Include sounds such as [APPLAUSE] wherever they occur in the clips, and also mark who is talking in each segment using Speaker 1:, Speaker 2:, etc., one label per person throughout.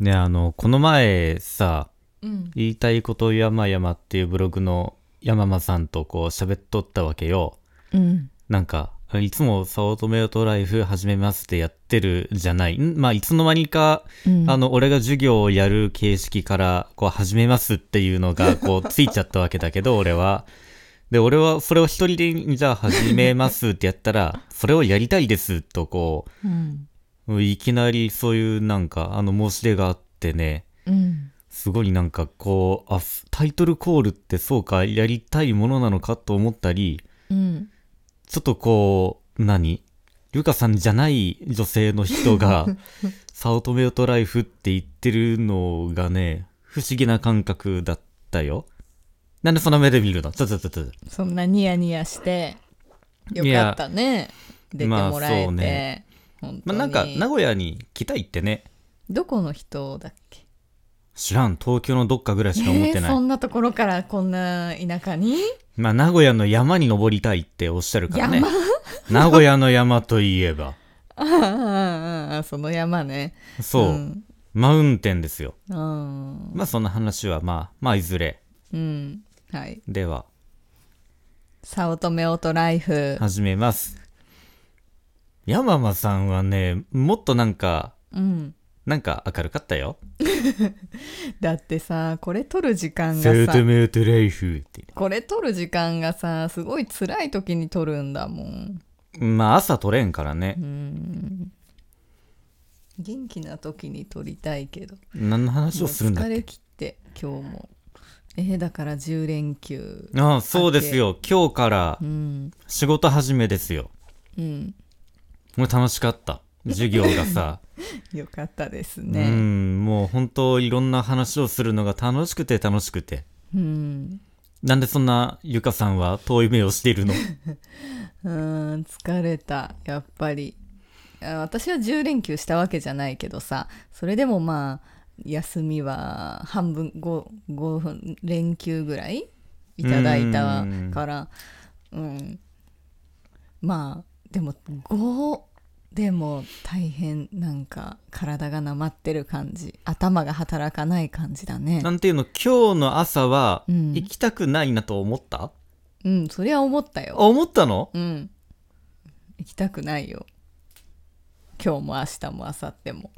Speaker 1: ねあのこの前さ
Speaker 2: うん
Speaker 1: 言いたいこと山々っていうブログの山間さんとこう喋っとったわけよ
Speaker 2: うん
Speaker 1: なんかいつも「早乙女とライフ始めます」ってやってるじゃないんまあいつの間にか、
Speaker 2: うん
Speaker 1: あの俺が授業をやる形式からこう始めますっていうのがこ
Speaker 2: [LAUGHS]
Speaker 1: うついちゃったわけだけど俺はで俺はそれを一人でじゃあ始めますってやったらそれをやりたいですとこう
Speaker 2: うん
Speaker 1: いきなりそういうなんかあの申し出があってね
Speaker 2: うん
Speaker 1: すごいなんかこうあタイトルコールってそうかやりたいものなのかと思ったり
Speaker 2: うん
Speaker 1: ちょっとこう何ルカさんじゃない女性の人
Speaker 2: [LAUGHS]
Speaker 1: が「サオトメオトライフ」って言ってるのがね不思議な感覚だったよ。なんでその目で見るのちょちょちょちょ。
Speaker 2: そんなニヤニヤしてよかったね出てもら
Speaker 1: まあ
Speaker 2: え
Speaker 1: そ
Speaker 2: て、
Speaker 1: うね
Speaker 2: 本当
Speaker 1: まあ、
Speaker 2: に、
Speaker 1: なんか名古屋に来たいってね
Speaker 2: どこの人だっけ
Speaker 1: 知らん東京のどっかぐらいしか思っ
Speaker 2: ね
Speaker 1: て
Speaker 2: え
Speaker 1: ない。
Speaker 2: そんなところからこんな田
Speaker 1: [LAUGHS]
Speaker 2: 舎に
Speaker 1: まあ、名古屋の山に登りたいっておっしゃるからね
Speaker 2: 山。
Speaker 1: 名古屋の山といえ
Speaker 2: [LAUGHS]
Speaker 1: ば、
Speaker 2: ああああああその山ね
Speaker 1: そう、
Speaker 2: うん
Speaker 1: マウンテンですよ。
Speaker 2: うん、
Speaker 1: まあ、そんな話はまあ、まあ、いずれ。
Speaker 2: うん、はい
Speaker 1: では、
Speaker 2: 早乙女オートライフ、
Speaker 1: 始めます。ヤママさんはね、もっとなんか、
Speaker 2: うん、
Speaker 1: なんか明るかったよ。
Speaker 2: だってさこれ撮る時間
Speaker 1: セー
Speaker 2: が
Speaker 1: ト
Speaker 2: さ
Speaker 1: メートライフって。
Speaker 2: これ撮る時間がさすごい辛い時に撮るんだもん
Speaker 1: まあ、朝取れんからね
Speaker 2: う。ん元気な時に撮りたいけど
Speaker 1: 何の話をするんだ
Speaker 2: も
Speaker 1: っ
Speaker 2: う疲
Speaker 1: け
Speaker 2: れ切って今日もえーだから10連休
Speaker 1: ああ、そうですよ。今日から
Speaker 2: うん
Speaker 1: 仕事始めですよ。
Speaker 2: うん
Speaker 1: もう楽しかった。授業がさ。
Speaker 2: よかったです
Speaker 1: う
Speaker 2: [LAUGHS] ね
Speaker 1: んもう本当いろんな話をするのが楽しくて楽しくて
Speaker 2: うん
Speaker 1: なんでそんなゆかさんは遠い目をしているの
Speaker 2: うーん疲れたやっぱりあ私は10連休したわけじゃないけどさそれでもまあ休みは半分 5, 5分連休ぐらいいただいたからうんまあでも5でも大変なんか体がなまってる感じ頭が働かない感じだね
Speaker 1: なんていうの今日の朝は
Speaker 2: うん
Speaker 1: 行きたくないなと思った、
Speaker 2: うんそれは思ったよ
Speaker 1: あ思ったの
Speaker 2: うん。行きたくないよ。今日も明日も明後日も。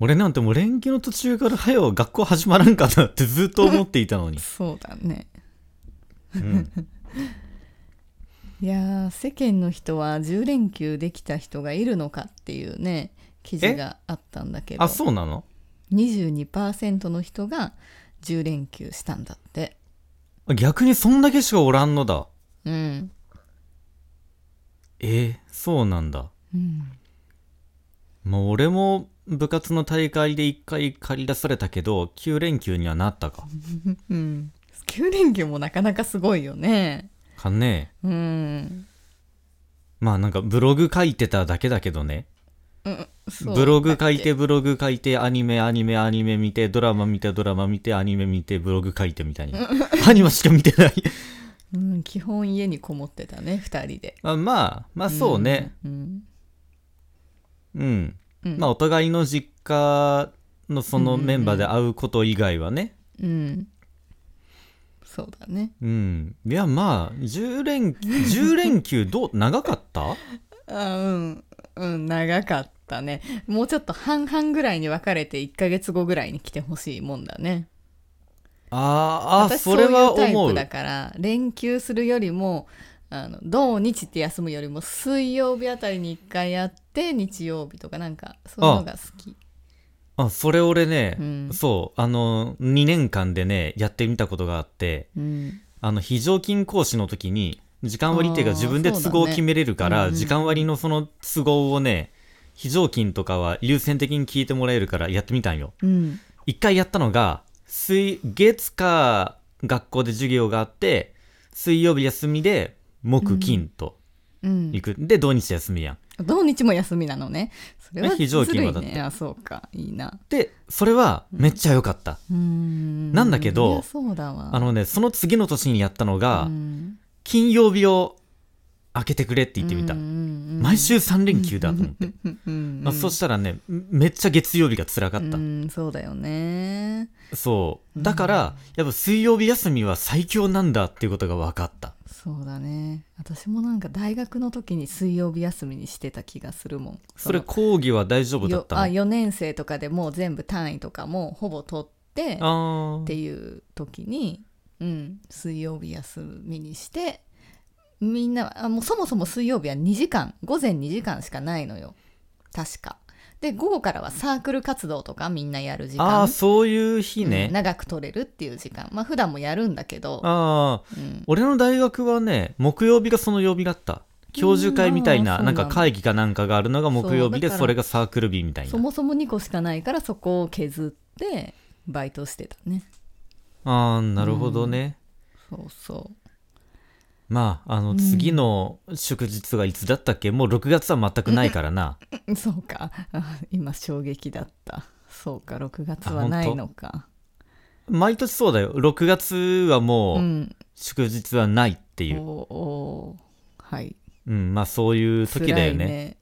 Speaker 1: 俺なんてもう連休の途中から早う学校始まらんかなってずっと思っていたのに
Speaker 2: [LAUGHS] そうだね。
Speaker 1: うん
Speaker 2: [LAUGHS] いやー、世間の人は10連休できた人がいるのかっていうね、記事があったんだけど、
Speaker 1: あそうなの
Speaker 2: 22%の人が10連休したんだって。
Speaker 1: あ逆にそんだけしかおらんのだ
Speaker 2: うん。
Speaker 1: えー、そうなんだ
Speaker 2: うん。
Speaker 1: もう俺も部活の大会で一回借り出されたけど9連休にはなったか
Speaker 2: うん。9連休もなかなかすごいよね。
Speaker 1: かね
Speaker 2: うん。
Speaker 1: まあなんかブログ書いてただけだけどね。
Speaker 2: そう
Speaker 1: ブログ書い
Speaker 2: だ
Speaker 1: て
Speaker 2: っ
Speaker 1: ブログ書いてアニメアニメアニメ見てドラマ見てドラマ見てアニメ見てブログ書いてみたいな。 [LAUGHS] アニメしか見てない。 [LAUGHS]
Speaker 2: け、うん、基本家にこもってたね、2人で。
Speaker 1: あまあ、まあそうね。
Speaker 2: うん。
Speaker 1: うん。
Speaker 2: うん
Speaker 1: まあお互いの実家のそのメンバーで会うこと以外はね。
Speaker 2: うん。そうだね。
Speaker 1: うん。いやまあ、10連、10連
Speaker 2: [LAUGHS]
Speaker 1: 休どう、長かった
Speaker 2: あうん。うん、長かったね。もうちょっと半々ぐらいに分かれて1ヶ月後ぐらいに来てほしいもんだね。
Speaker 1: あーあ、
Speaker 2: 私
Speaker 1: それは
Speaker 2: そういうタイ
Speaker 1: 思
Speaker 2: プ
Speaker 1: う。
Speaker 2: だから、連休するよりも、あの土日って休むよりも水曜日あたりに1回やって日曜日とかなんかそういうのが好き
Speaker 1: あ、それ俺ね、
Speaker 2: うん
Speaker 1: そう、あの、2年間でね、やってみたことがあって、
Speaker 2: うん
Speaker 1: あの非常勤講師の時に時間割っていうか
Speaker 2: あー
Speaker 1: 自分で都合を決めれるか
Speaker 2: そう
Speaker 1: ら、
Speaker 2: だねうんうん
Speaker 1: 時間割のその都合をね非常勤とかは優先的に聞いてもらえるからやってみたんよ
Speaker 2: うん
Speaker 1: 一回やったのが水月火学校で授業があって水曜日休みで木金と
Speaker 2: うん
Speaker 1: 行く、で土日休みやん
Speaker 2: 土日も休みなのねそれは
Speaker 1: ね非常勤はだって
Speaker 2: ずるいねあそうかいいな
Speaker 1: でそれはめっちゃ良かった、
Speaker 2: うん
Speaker 1: なんだけど
Speaker 2: いやそうだわ
Speaker 1: あのねその次の年にやったのが、
Speaker 2: うん
Speaker 1: 金曜日を開けてくれって言ってみた、
Speaker 2: うんうんうん
Speaker 1: 毎週3連休だと思って、
Speaker 2: うんうんうん
Speaker 1: まあ、そしたらねめっちゃ月曜日が辛かった、
Speaker 2: うんそうだよね
Speaker 1: そうだからやっぱ水曜日休みは最強なんだっていうことが分かった
Speaker 2: そうだね私もなんか大学の時に水曜日休みにしてた気がするもん
Speaker 1: それ
Speaker 2: の
Speaker 1: 講義は大丈夫だったの
Speaker 2: よあ4年生とかでもう全部単位とかもほぼ取って
Speaker 1: あー
Speaker 2: っていう時に、うん、水曜日休みにしてみんなあもうそもそも水曜日は2時間午前2時間しかないのよ確か。で午後からはサークル活動とかみんなやる時間
Speaker 1: あーそういう日
Speaker 2: うん
Speaker 1: ね、
Speaker 2: 長く取れるっていう時間まあ普段もやるんだけど、
Speaker 1: ああ
Speaker 2: うん
Speaker 1: 俺の大学はね木曜日がその曜日だった教授会みたい
Speaker 2: うんあー
Speaker 1: な
Speaker 2: そう
Speaker 1: な
Speaker 2: なんん
Speaker 1: か
Speaker 2: だ
Speaker 1: 会議かなんかがあるのが木曜日で
Speaker 2: そうだから
Speaker 1: それがサークル日みたい
Speaker 2: そ
Speaker 1: な
Speaker 2: もそも2個しかないからそこを削ってバイトしてたね
Speaker 1: ああなるほどね、
Speaker 2: そうそう
Speaker 1: まああの次の祝日がいつだったっけ、もう6月は全くないからな
Speaker 2: そう [LAUGHS] かあ今衝撃だったそうか6月
Speaker 1: あ
Speaker 2: は
Speaker 1: 本当
Speaker 2: ないのか
Speaker 1: 毎年そうだよ6月はも
Speaker 2: う
Speaker 1: うん祝日はないってい
Speaker 2: お
Speaker 1: う、
Speaker 2: おーはい
Speaker 1: うんまあそういう時だよね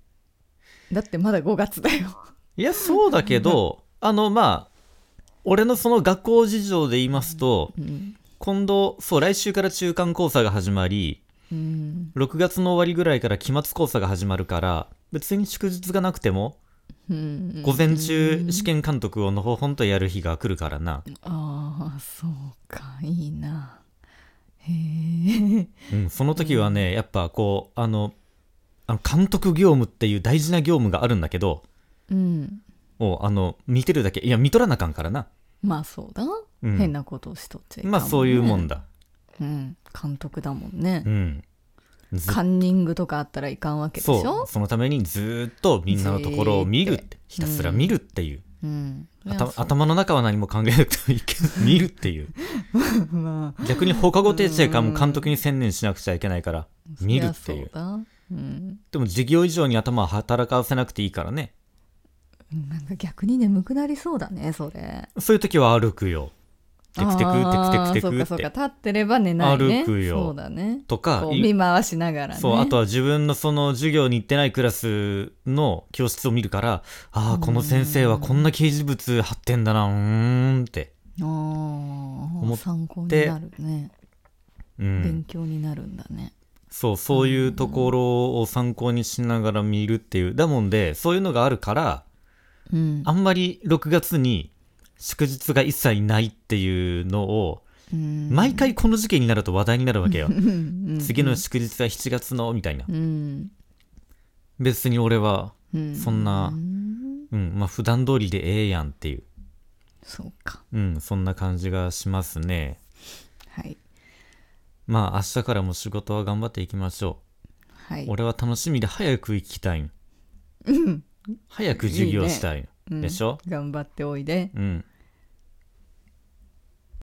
Speaker 2: 辛いだってまだ5月だよ [LAUGHS]
Speaker 1: いやそうだけどあのまあ俺のその学校事情で言いますと、
Speaker 2: うん、
Speaker 1: 今度そう来週から中間講座が始まり
Speaker 2: うん
Speaker 1: 6月の終わりぐらいから期末講座が始まるから別に祝日がなくても
Speaker 2: うん、
Speaker 1: 午前中試験監督をのほほんとやる日が来るからな、
Speaker 2: ああそうかいいなへえ
Speaker 1: うん、その時はね、やっぱこうあのあの監督業務っていう大事な業務があるんだけど
Speaker 2: うん
Speaker 1: もうあの見てるだけいや見とらなあかんからな、
Speaker 2: まあそうだ、
Speaker 1: うん、
Speaker 2: 変なことをしとっちゃいかん
Speaker 1: まあそういうもん
Speaker 2: だ、
Speaker 1: だ
Speaker 2: うん、監督だもんね、
Speaker 1: うんず
Speaker 2: カンニングとかあったらいかんわけでし
Speaker 1: そ
Speaker 2: ょ
Speaker 1: うそのためにずーっとみんなのところを見るってひたすら見るっていう、
Speaker 2: う、ん、いや
Speaker 1: 頭
Speaker 2: そう
Speaker 1: 頭の中は何も考えなくてもいいけど見るっていう
Speaker 2: まあ
Speaker 1: 逆に放課後定時間も監督に専念しなくちゃいけないから見るっていう
Speaker 2: そりゃそうだ、うん、
Speaker 1: でも授業以上に頭は働かせなくていいからね
Speaker 2: なんか逆に眠くなりそうだねそれ
Speaker 1: そういう時は歩くよテクテクテクテク
Speaker 2: あーそう
Speaker 1: テ
Speaker 2: か
Speaker 1: ク
Speaker 2: そ
Speaker 1: っ
Speaker 2: うか
Speaker 1: て
Speaker 2: 立ってれば寝ない
Speaker 1: 歩
Speaker 2: ね
Speaker 1: くよ
Speaker 2: そうだね
Speaker 1: とか
Speaker 2: こう
Speaker 1: い
Speaker 2: 見回しながらね
Speaker 1: そうあとは自分のその授業に行ってないクラスの教室を見るからああこの先生はこんな掲示物貼ってんだなうーんって
Speaker 2: あ
Speaker 1: 思っ
Speaker 2: ー
Speaker 1: て
Speaker 2: 参考になるね、
Speaker 1: う
Speaker 2: 勉
Speaker 1: ん
Speaker 2: 強になるんだね
Speaker 1: そうそういうところを参考にしながら見るっていうだもんでそういうのがあるから
Speaker 2: うん
Speaker 1: あんまり6月に祝日が一切ないっていうのを
Speaker 2: うん
Speaker 1: 毎回この時期になると話題になるわけよ
Speaker 2: うんうん
Speaker 1: 次の祝日は7月のみたいな
Speaker 2: うん
Speaker 1: 別に俺は
Speaker 2: うん
Speaker 1: そんな
Speaker 2: うん
Speaker 1: うんまあ普段通りでええやんっていう
Speaker 2: そうか
Speaker 1: うんそんな感じがしますね
Speaker 2: はい
Speaker 1: まあ明日からも仕事は頑張っていきましょ
Speaker 2: は
Speaker 1: う
Speaker 2: い
Speaker 1: 俺は楽しみで早く行きたいん早く授業したい
Speaker 2: うん
Speaker 1: でしょ
Speaker 2: 頑張っておいで
Speaker 1: うん